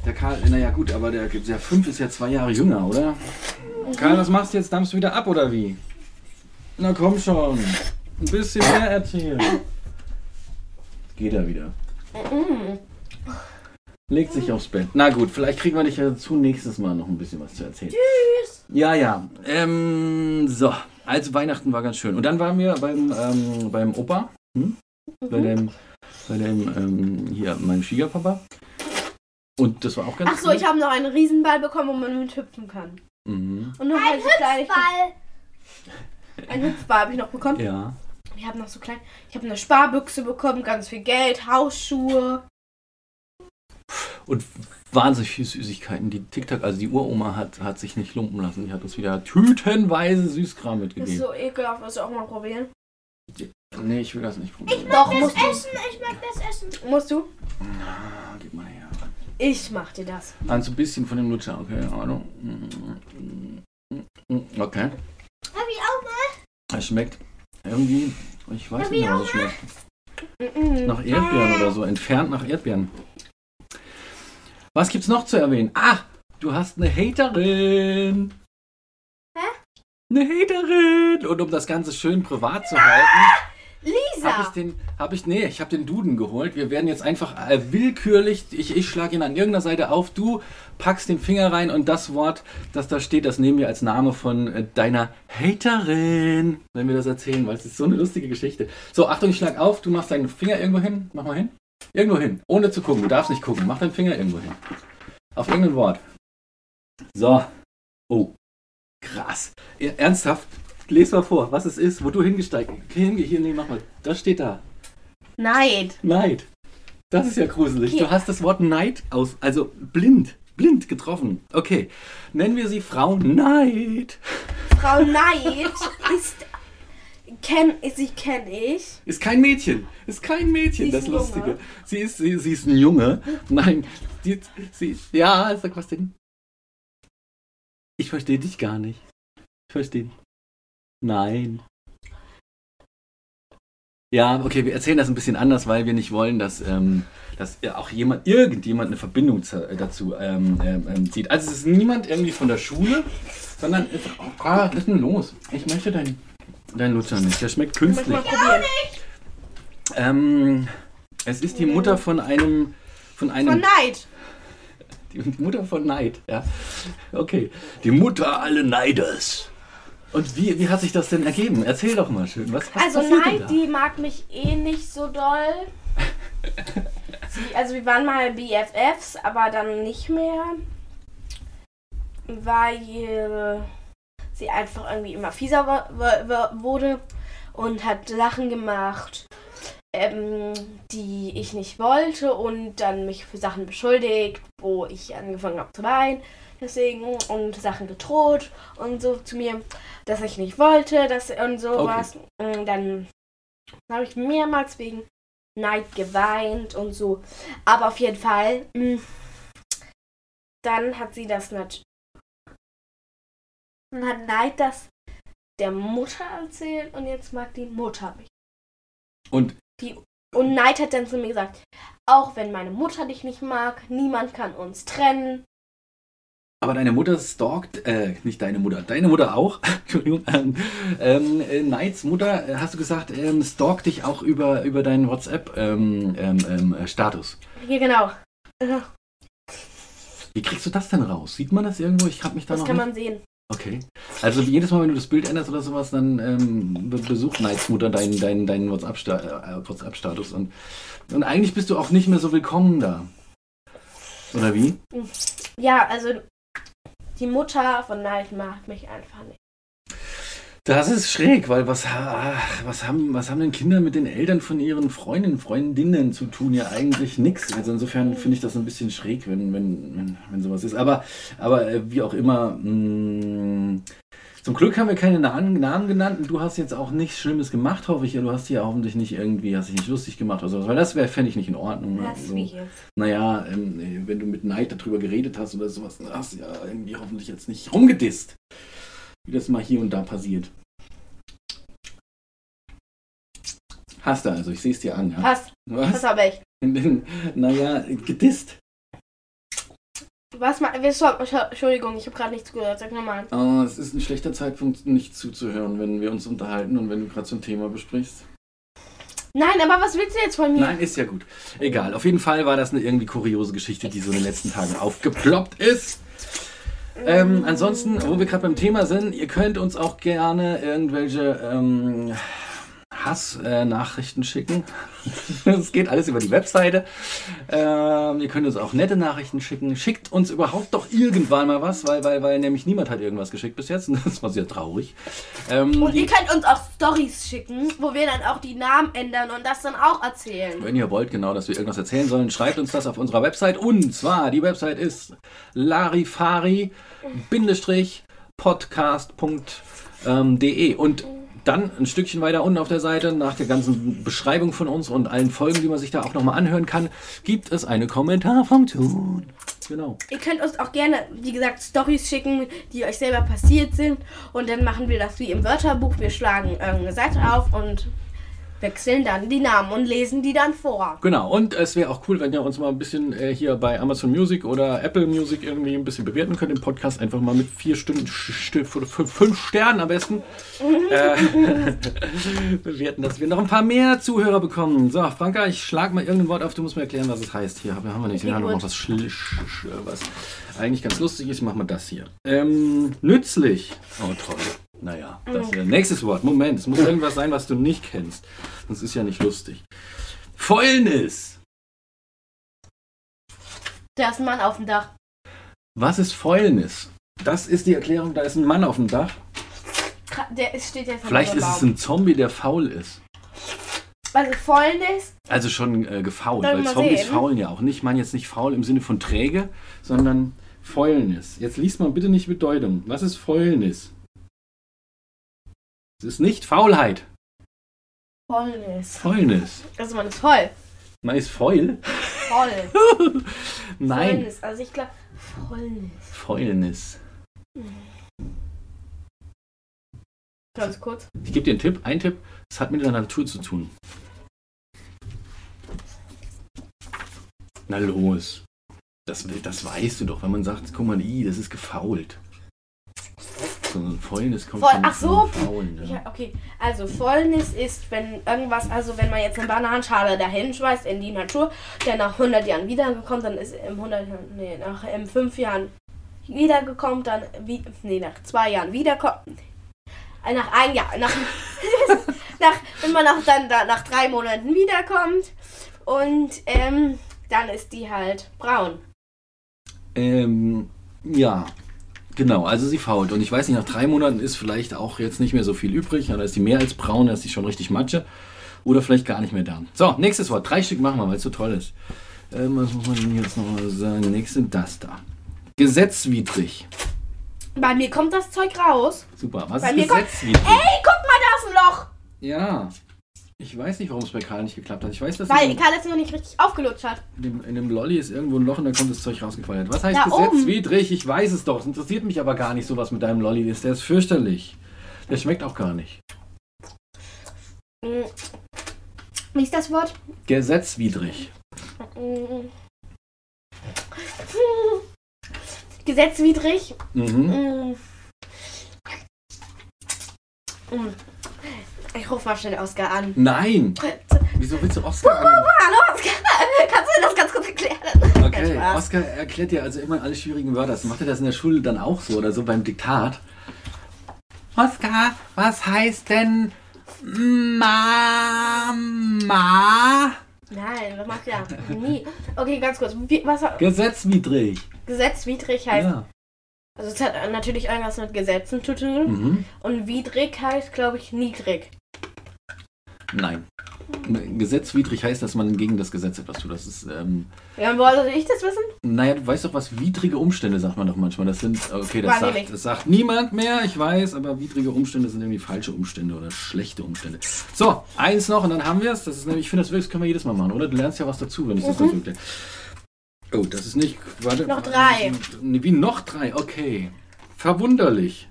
Der Karl, naja gut, aber der, der 5 ist ja zwei Jahre jünger, oder? Karl, was machst du jetzt? Dampfst du wieder ab, oder wie? Na komm schon. Ein bisschen mehr erzählen. Geht er wieder. Legt sich aufs Bett. Na gut, vielleicht kriegen wir dich ja zu nächstes Mal noch ein bisschen was zu erzählen. Tschüss. Ja, ja. Ähm, so, also Weihnachten war ganz schön. Und dann waren wir beim, ähm, beim Opa. Mhm. Hm? Bei dem, bei dem, ähm, hier, meinem Schwiegerpapa. Und das war auch ganz Ach so, ich habe noch einen Riesenball bekommen, wo man mit hüpfen kann. Mhm. Und noch ein Hüpfball. Ball. Ein Hüpfball habe ich noch bekommen. Ja. Ich habe noch so klein. Ich habe eine Sparbüchse bekommen, ganz viel Geld, Hausschuhe. Und wahnsinnig viele Süßigkeiten. Die TikTok, also die Uroma hat, hat sich nicht lumpen lassen. Die hat uns wieder tütenweise Süßkram Das ist mitgegeben. so ekelhaft, willst du auch mal probieren? Nee, ich will das nicht probieren. Doch, musst du. Essen, ich mag das Essen. Musst du? Ah, gib mal her. Ich mach dir das. Also ein bisschen von dem Lutscher, okay, Ahnung. Okay. Hab ich auch mal? Es schmeckt irgendwie, ich weiß Hab nicht ich mehr, auch was es schmeckt. Mhm. Nach Erdbeeren oder so, entfernt nach Erdbeeren. Was gibt's noch zu erwähnen? Ah, du hast eine Haterin. Hä? Eine Haterin. Und um das Ganze schön privat zu halten, habe ich Lisa! den, habe ich, nee, ich habe den Duden geholt. Wir werden jetzt einfach äh, willkürlich, ich, ich schlage ihn an irgendeiner Seite auf, du packst den Finger rein und das Wort, das da steht, das nehmen wir als Name von äh, deiner Haterin, wenn wir das erzählen, weil es ist so eine lustige Geschichte. So, Achtung, ich schlag auf, du machst deinen Finger irgendwo hin, mach mal hin. Irgendwo hin, ohne zu gucken, du darfst nicht gucken, mach deinen Finger irgendwo hin. Auf irgendein Wort. So. Oh, krass. E- Ernsthaft? Les mal vor, was es ist, wo du hingesteigt. Hinge, hier, nee, mach mal. Das steht da. Neid. Neid. Das ist ja gruselig. Okay. Du hast das Wort Neid aus, also blind, blind getroffen. Okay, nennen wir sie Frau Neid. Frau Neid *laughs* ist. Kenn, sie kenne ich. Ist kein Mädchen. Ist kein Mädchen, Sie ist das ein Lustige. Junge. Sie, ist, sie, sie ist ein Junge. Nein, sie, sie. Ja, sag was denn? Ich verstehe dich gar nicht. Ich verstehe. Nein. Ja, okay, wir erzählen das ein bisschen anders, weil wir nicht wollen, dass, ähm, dass ja auch jemand, irgendjemand eine Verbindung zu, äh, dazu ähm, ähm, ähm, zieht. Also es ist niemand irgendwie von der Schule, sondern es, oh, ah, was ist denn los? Ich möchte deinen dein Lutscher nicht. Der schmeckt Ich möchte künstlich. mal probieren. Ähm, es ist die Mutter von einem. Von einem. Von Neid. die Mutter von Neid, ja. Okay. Die Mutter alle Neiders. Und wie, wie hat sich das denn ergeben? Erzähl doch mal schön. Was, was Also passiert denn Neid, die mag mich eh nicht so doll. Sie, also wir waren mal BFFs, aber dann nicht mehr. Weil sie einfach irgendwie immer fieser wo- wo- wo- wurde und hat Sachen gemacht, ähm, die ich nicht wollte und dann mich für Sachen beschuldigt, wo ich angefangen habe zu weinen. Deswegen und Sachen gedroht und so zu mir, dass ich nicht wollte, dass und sowas. Und dann habe ich mehrmals wegen Neid geweint und so. Aber auf jeden Fall, mh, dann hat sie das natürlich. Dann hat Neid das der Mutter erzählt und jetzt mag die Mutter mich. da? Und Und Neid hat dann zu mir gesagt, auch wenn meine Mutter dich nicht mag, niemand kann uns trennen. Aber deine Mutter stalkt, äh, nicht deine Mutter, deine Mutter auch, *laughs* Entschuldigung, ähm, ähm, äh, Knights Mutter, äh, hast du gesagt, ähm, stalkt dich auch über, über deinen WhatsApp-Status. Ähm, ähm, ähm, äh, Status. Hier genau. Äh, Wie kriegst du das denn raus? Sieht man das irgendwo? Ich habe mich da Das noch kann nicht- man sehen. Okay. Also jedes Mal, wenn du das Bild änderst oder sowas, dann ähm, be- besucht Nights Mutter deinen, deinen, deinen WhatsApp-Sta- äh, WhatsApp-Status. und, und eigentlich bist du auch nicht mehr so willkommen da. Oder wie? Ja, also die Mutter von Neid mag mich einfach nicht. Das ist schräg, weil was, ha- ach, was, haben, was haben denn Kinder mit den Eltern von ihren Freundinnen, Freundinnen zu tun? Ja, eigentlich nichts. Also insofern finde ich das ein bisschen schräg, wenn, wenn, wenn, wenn sowas ist. Aber, aber äh, wie auch immer, mh, zum Glück haben wir keine Namen, Namen genannt und du hast jetzt auch nichts Schlimmes gemacht, hoffe ich. Du hast hier hoffentlich nicht irgendwie, hast dich nicht lustig gemacht oder sowas, weil das wäre, fände ich nicht in Ordnung. ne? Das So. wie hier. Naja, ähm, wenn du mit Neid darüber geredet hast oder sowas, dann hast du ja irgendwie hoffentlich jetzt nicht rumgedisst. Wie das mal hier und da passiert. Hast du also, ich sehe es dir an, ja. Pass, pass Was? *laughs* auf echt. naja, gedisst. Was ma- wir stopp, stopp, Entschuldigung, ich habe gerade nichts gehört. Sag nochmal. Oh, es ist ein schlechter Zeitpunkt, nicht zuzuhören, wenn wir uns unterhalten und wenn du gerade so ein Thema besprichst. Nein, aber was willst du jetzt von mir? Nein, ist ja gut. Egal. Auf jeden Fall war das eine irgendwie kuriose Geschichte, die so in den letzten Tagen aufgeploppt ist. Ähm, ansonsten, wo wir gerade beim Thema sind, ihr könnt uns auch gerne irgendwelche ähm, Hass-Nachrichten schicken. *laughs* Es geht alles über die Webseite. Ähm, ihr könnt uns auch nette Nachrichten schicken. Schickt uns überhaupt doch irgendwann mal was, weil, weil, weil nämlich niemand hat irgendwas geschickt bis jetzt. *laughs* Und das war sehr traurig. Ähm, Und die- ihr könnt uns auch Stories schicken, wo wir dann auch die Namen ändern und das dann auch erzählen. Wenn ihr wollt, genau, dass wir irgendwas erzählen sollen, schreibt uns das auf unserer Website. Und zwar, die Website ist larifari-podcast.de. Und Dann ein Stückchen weiter unten auf der Seite, nach der ganzen Beschreibung von uns und allen Folgen, die man sich da auch nochmal anhören kann, gibt es eine Kommentarfunktion. Genau. Ihr könnt uns auch gerne, wie gesagt, Stories schicken, die euch selber passiert sind. Und dann machen wir das wie im Wörterbuch. Wir schlagen irgendeine Seite auf und wechseln dann die Namen und lesen die dann vor. Genau, und es wäre auch cool, wenn ihr uns mal ein bisschen äh, hier bei Amazon Music oder Apple Music irgendwie ein bisschen bewerten könnt, den Podcast einfach mal mit vier Stunden, fünf, fünf Sternen am besten äh, *laughs* bewerten, dass wir noch ein paar mehr Zuhörer bekommen. So, Franka, ich schlag mal irgendein Wort auf, du musst mir erklären, was es heißt. Hier haben wir- haben wir nicht, hier haben wir noch was, Schli- Sch- Sch- äh, was eigentlich ganz lustig ist, machen wir das hier. Ähm, nützlich. Oh, toll. Naja, das äh, nächstes Wort. Moment, es muss irgendwas sein, was du nicht kennst. Sonst ist ja nicht lustig. Fäulnis. Da ist ein Mann auf dem Dach. Was ist Fäulnis? Das ist die Erklärung, da ist ein Mann auf dem Dach. Kra- Der ist, steht jetzt Vielleicht ist es ein Zombie, der faul ist. Also Fäulnis. Also schon äh, gefault, Dann weil mal Zombies sehen. faulen ja auch nicht. Ich meine jetzt nicht faul im Sinne von träge, sondern Fäulnis. Jetzt liest man bitte nicht Bedeutung. Was ist Fäulnis? Es ist nicht Faulheit. Fäulnis. Fäulnis. Also man ist voll. Man ist faul? *laughs* Voll. Nein. Fäulnis. Also ich glaube, Fäulnis. Fäulnis. Ganz kurz. Ich gebe dir einen Tipp. Ein Tipp. Es hat mit der Natur zu tun. Na los. Das, das weißt du doch, wenn man sagt, guck mal, i, das ist gefault. So ein Fäulnis kommt Voll- von- ach so. von Faulen, ne? ja. Ja, okay. Also Fäulnis ist, wenn irgendwas, also wenn man jetzt eine Bananenschale dahin schmeißt in die Natur, der nach 100 Jahren wiedergekommen, dann ist im 100 Jahren, nee, nach in 5 Jahren wiedergekommen, dann wie, nee, nach 2 Jahren wiederkommt. Äh, Nach einem Jahr, nach, *laughs* nach wenn man auch dann da, nach 3 Monaten wiederkommt und ähm, dann ist die halt braun. Ähm, ja, genau, also sie fault. Und ich weiß nicht, nach drei Monaten ist vielleicht auch jetzt nicht mehr so viel übrig. Ja, Da ist die mehr als braun, da ist die schon richtig matsche. Oder vielleicht gar nicht mehr da. So, nächstes Wort. Drei Stück machen wir, weil es so toll ist. Ähm, was muss man denn jetzt nochmal sagen? Nächste, das da. Gesetzwidrig. Bei mir kommt das Zeug raus. Super. Was Bei ist mir kommt- gesetzwidrig? Ey, guck mal, da ist ein Loch! Ja. Ich weiß nicht, warum es bei Karl nicht geklappt hat. Ich weiß, dass Weil in, Karl es noch nicht richtig aufgelutscht hat. dem, in dem Lolli ist irgendwo ein Loch und da kommt das Zeug rausgefeuert. Was heißt Da oben. gesetzwidrig? Ich weiß es doch. Es interessiert mich aber gar nicht, so was mit deinem Lolli ist. Der ist fürchterlich. Der schmeckt auch gar nicht. Mm. Wie ist das Wort? Gesetzwidrig. Mm. Gesetzwidrig. Mhm. Mm. Mm. Ich rufe mal schnell Oskar an. Nein! Wieso willst du Oscar an? Hallo Oskar, kannst du mir das ganz kurz erklären? Kein Okay, Spaß. Oscar erklärt dir also immer alle schwierigen Wörter. Das Macht er das in der Schule dann auch so oder so beim Diktat? Oscar, was heißt denn Mama? Nein, das macht ja nie. Okay, ganz kurz. Wie, was war, Gesetzwidrig. gesetzwidrig heißt. Ja. Also es hat natürlich irgendwas mit Gesetzen zu tun. Mhm. Und widrig heißt, glaube ich, niedrig. Nein. Gesetzwidrig heißt, dass man gegen das Gesetz etwas tut. Das ist, ähm, Ja, wollte ich das wissen? naja, du weißt doch, was widrige Umstände sagt man doch manchmal. Das sind, okay, das War sagt, nämlich. das sagt niemand mehr, ich weiß, aber widrige Umstände sind irgendwie falsche Umstände oder schlechte Umstände. So, eins noch und dann haben wir es. Das ist nämlich, ich finde, das wirklich können wir jedes Mal machen, oder? Du lernst ja was dazu, wenn ich das Mhm. mhm. so erkläre. Oh, das ist nicht, warte. Noch drei. Nee, Wie noch drei, okay. Verwunderlich.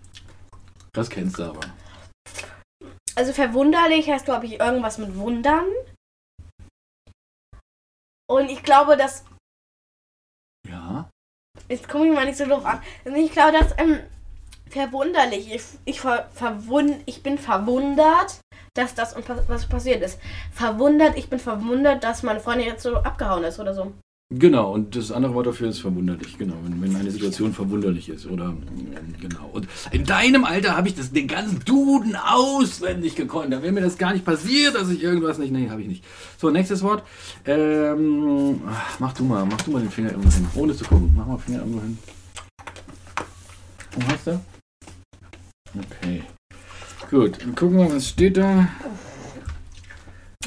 Das kennst du aber. Also verwunderlich heißt, glaube ich, irgendwas mit Wundern. Und ich glaube, das. Ja. Jetzt gucke ich mal nicht so doof an. Also ich glaube, das ähm, verwunderlich. Ich, ich, ver, verwund, ich bin verwundert, dass das und pas- was passiert ist. Verwundert, ich bin verwundert, dass meine Freundin jetzt so abgehauen ist oder so. Genau, und das andere Wort dafür ist verwunderlich, genau, wenn, wenn eine Situation verwunderlich ist, oder? ähm, Genau. Und in deinem Alter habe ich das, den ganzen Duden auswendig gekonnt. Da wäre mir das gar nicht passiert, dass ich irgendwas nicht. Nee, habe ich nicht. So, nächstes Wort. Ähm, ach, mach du mal, mach du mal den Finger irgendwo hin, ohne zu gucken. Mach mal Finger irgendwo hin. Wo hast du? Okay. Gut, dann gucken wir, was steht da.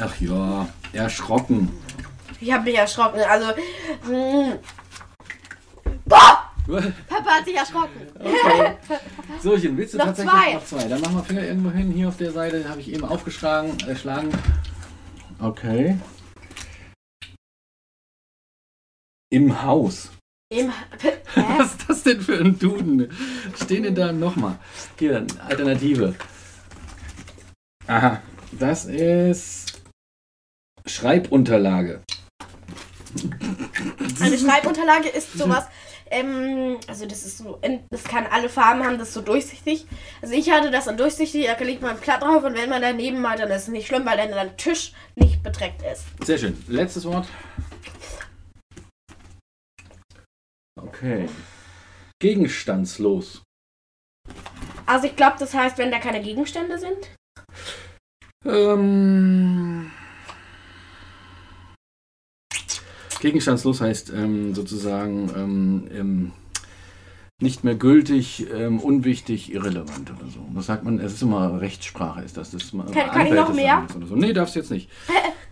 Ach ja, erschrocken. Ich habe mich erschrocken. Also. Hm. Boah! Papa hat sich erschrocken. Okay. *laughs* Sochen, willst du Noch tatsächlich zwei. noch zwei? Dann machen wir Finger irgendwo hin. Hier auf der Seite habe ich eben aufgeschlagen. Äh, schlagen. Okay. Im Haus. Im, hä? Was ist das denn für ein Duden? Stehen denn da nochmal? Hier, Alternative. Aha, das ist Schreibunterlage. Mhm. Eine Schreibunterlage ist sowas. Ähm, also das ist so, in, das kann alle Farben haben, das ist so durchsichtig. Also ich hatte das dann durchsichtig, da legt man ein Platt drauf und wenn man daneben malt, dann ist es nicht schlimm, weil dann der Tisch nicht bedreckt ist. Sehr schön. Letztes Wort. Okay. Gegenstandslos. Also ich glaube, das heißt, wenn da keine Gegenstände sind. Ähm, gegenstandslos heißt ähm, sozusagen ähm, ähm, nicht mehr gültig, ähm, unwichtig, irrelevant oder so. Das sagt man, es ist immer Rechtssprache, ist das. das ist kann, kann ich noch mehr? Oder so. Nee, darfst jetzt nicht.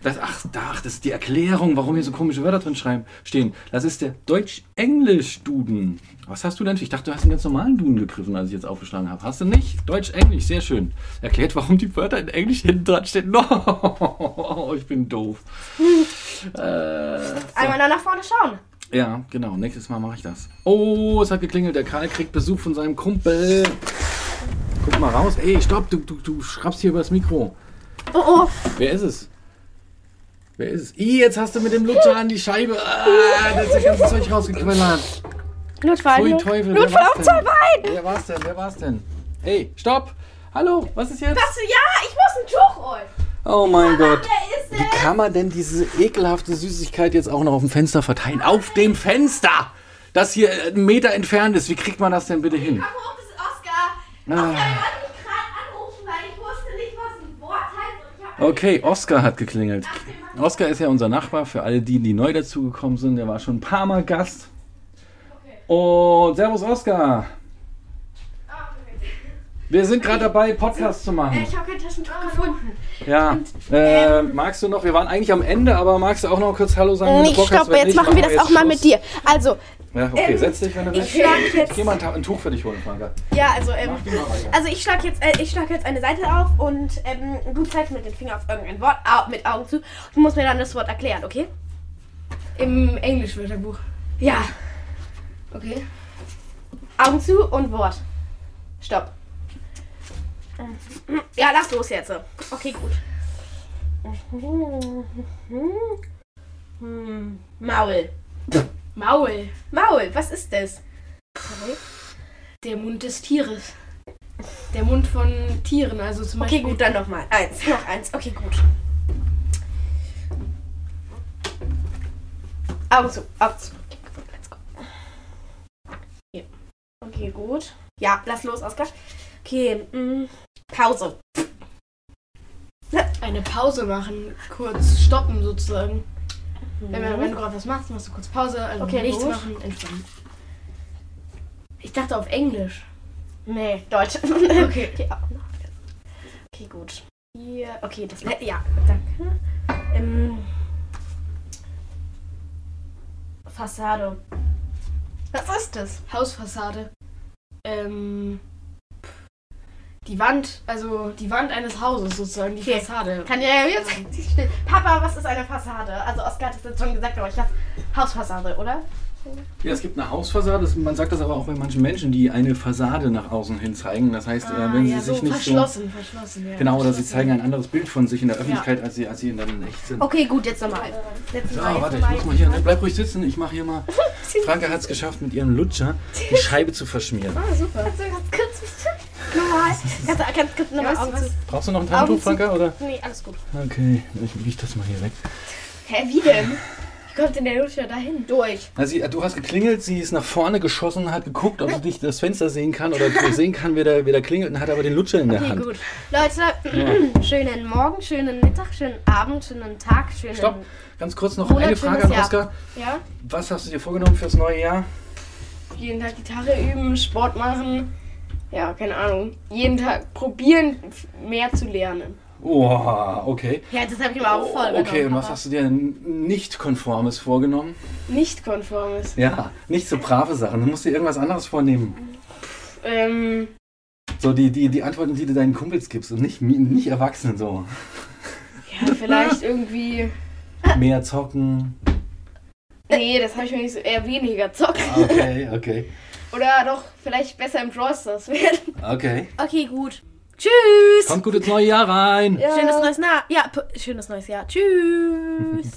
Das, ach, ach, das ist die Erklärung, warum hier so komische Wörter drin schreiben, stehen. Das ist der Deutsch-Englisch-Duden. Was hast du denn? Ich dachte, du hast einen ganz normalen Duden gegriffen, als ich jetzt aufgeschlagen habe. Hast du nicht? Deutsch-Englisch, sehr schön. Erklärt, warum die Wörter in Englisch hinten dran stehen. *laughs* No, ich bin doof. äh, Einmal noch nach vorne schauen. ja, genau. Nächstes Mal mache ich das. Oh, es hat geklingelt. Der Karl kriegt Besuch von seinem Kumpel. Guck mal raus. Ey, stopp, du, du, du schraubst hier übers Mikro. Oh, oh. Wer ist es? Wer ist es? Ih, jetzt hast du mit dem Lutscher an die Scheibe. Ah, das ist das ganze Zeug rausgequellert. Pfui Notfall. Teufel. wer Notfall war's auf denn? zwei Beinen. Wer war's denn? Wer war's denn? Ey, stopp! Hallo, was ist jetzt? Was? Ja, ich muss ein Tuch holen. Oh mein Gott. Der ist Wie kann man denn diese ekelhafte Süßigkeit jetzt auch noch auf dem Fenster verteilen? Auf dem Fenster! Das hier äh, einen Meter entfernt ist. Wie kriegt man das denn bitte hin? Ah. hoch, das ist Oscar. Ah. wollte mich gerade anrufen, weil ich wusste nicht, was ein Wort heißt und ich habe Okay, Oscar hat geklingelt. Oscar ist ja unser Nachbar, für alle die, die neu dazugekommen sind. Der war schon ein paar Mal Gast. Und Servus Oscar. Wir sind gerade dabei, Podcast zu machen. Ich habe kein Ah. Taschentuch gefunden. Ja. Äh, ähm, magst du noch, wir waren eigentlich am Ende, aber magst du auch noch kurz Hallo sagen? wenn du Nee, Bock hast? stopp, Wenn Äh, jetzt nicht, machen wir das auch mal jetzt mit dir. Also, Schluss. Ja, okay, Ähm, setz dich, wenn du willst. schlag jetzt- Geh mal ein, Ta- ein Tuch für dich holen, Franka. ja, also, ähm, Mach du mal weiter. also ich schlage jetzt, äh, ich schlag jetzt eine Seite auf und ähm, du zeigst mit dem Finger auf irgendein Wort, au, mit Augen zu. Du musst mir dann das Wort erklären, okay? Im Englisch-Wörterbuch. Ja, Okay. Augen zu und Wort. Stopp. Ja, lass los jetzt. Okay, gut. Hm. Maul. Maul. Maul, was ist das? Der Mund des Tieres. Der Mund von Tieren, also zum Okay, Beispiel. gut, dann nochmal. Eins, *laughs* noch eins. Okay, gut. Augen zu, Augen zu. Okay, gut, let's go. Hier. Okay, gut. Ja, lass los, Oskar. Okay, mm, Pause. Eine Pause machen, kurz stoppen sozusagen. Wenn, man- wenn du gerade was machst, machst du kurz Pause, also Mhm. Okay, nichts gut. machen, entspannen. Ich dachte auf Englisch. Nee, *laughs* Deutsch. okay. Okay, auch noch. okay gut. Hier, okay, das le- Ja, danke. Ähm, Fassade. Was ist das? Hausfassade. Ähm. pff, Die Wand, also die Wand eines Hauses sozusagen, die Okay. Fassade. Kann ja jetzt *laughs* richtig schnell. Papa, was ist eine Fassade? Also Oskar hat es jetzt schon gesagt, aber ich habe Hausfassade, oder? Ja, es gibt eine Hausfassade. das- Man sagt das aber auch bei manchen Menschen, die eine Fassade nach außen hin zeigen. Das heißt, Ah, äh, wenn sie ja, sich so nicht so. verschlossen, verschlossen, ja. Genau, oder sie verschlossen. zeigen ein anderes Bild von sich in der Öffentlichkeit, als, sie, als sie dann in echt sind. Okay, gut, jetzt nochmal. Jetzt So, nochmal, warte, jetzt ich nochmal. muss mal hier. Ne, bleib ruhig sitzen, ich mache hier *laughs* mal. Franke hat es geschafft, mit ihrem Lutscher die Scheibe zu *laughs* verschmieren. Ah, super. Kannst du ganz kurz bitte? Nochmal. Kannst du ganz kurz nochmal Ja, weißt Augen du zu? Brauchst du noch ein Taschentuch, Augen zu. Franke? Oder? Nee, alles gut. Okay, ich wiege das mal hier weg. Hä, wie denn? Wie kommt denn der Lutscher dahin? Durch. Na, sie, du hast geklingelt, sie ist nach vorne geschossen, hat geguckt, ob sie dich das Fenster sehen kann oder ob sie sehen kann, wer da, wer da klingelt und hat aber den Lutscher in der Okay, Hand. gut. Leute, *clears throat* schönen Morgen, schönen Mittag, schönen Abend, schönen Tag, schönen. Stopp, ganz kurz noch Monat, eine Frage an schönes Jahr. Oskar. Ja? Was hast du dir vorgenommen fürs neue Jahr? Jeden Tag Gitarre üben, Sport machen. Ja, keine Ahnung. Jeden Tag probieren, f- mehr zu lernen. Oha, okay. Ja, das habe ich mir auch vorgenommen. Oh, okay, und was Papa. hast du dir n- nicht konformes vorgenommen? Nicht konform ist. Ja, nicht so brave Sachen. Du musst dir irgendwas anderes vornehmen. Ähm, So die, die, die Antworten, die du deinen Kumpels gibst und nicht, mi- nicht Erwachsenen so. ja, *laughs* vielleicht irgendwie. Mehr zocken. Nee, das habe ich mir nicht so. Eher weniger zocken. Ah, Okay, okay. Oder doch, vielleicht besser im Brawl Stars werden. Okay. Okay, gut. Tschüss. Kommt gut ins neue Jahr rein. Schönes neues Jahr. Ja, p- schönes neues Jahr. Tschüss.